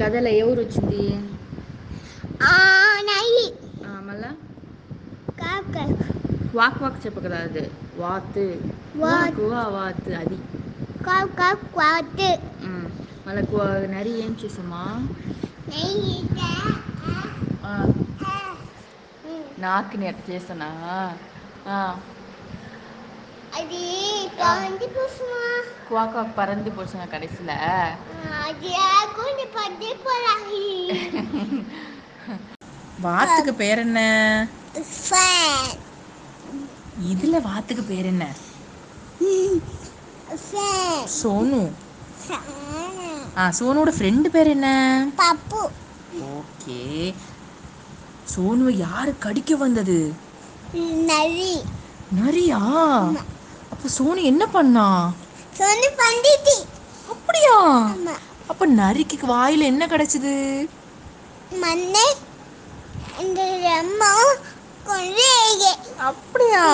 కథలో ఎవరు వచ్చింది Oh, ఆనయి ఆ, మళ్ళా కాకల్ వాక్ వాక్ చెప్పగలరా అదే వాత్ వాత్. వాక్ వా వాత్ అది కాక్ కాక్ కాట్ ఉమ్. మళ్ళా నరి ఏం చూసామా నెయ్యి ఆ, Hmm, నాకుని అట్లా చేస్తానా ఆ, అది కాంతి పుష్మ క్వాక్ వాక్ పరంది పోసిన కడసిల అది ఆకుండా పది పొలాయి வாத்துக்கு பேர் என்ன ఫ్యాన్ இதுல வாத்துக்கு பேர் என்ன ఫ్యాన్ சோனு ஆ சோனுவோட ஃப்ரெண்டு பேர் என்ன పప్పు ஓகே சோனுவை யாரு கடிக்க வந்தது నవి நரியா அப்ப சோனு என்ன பண்ணா సోని పండితి அப்படியா అమ్మ அப்ப நரிக்கு வாயில என்ன கிடைச்சது மண்ணை இந்த அம்மா கொண்டு அப்படியா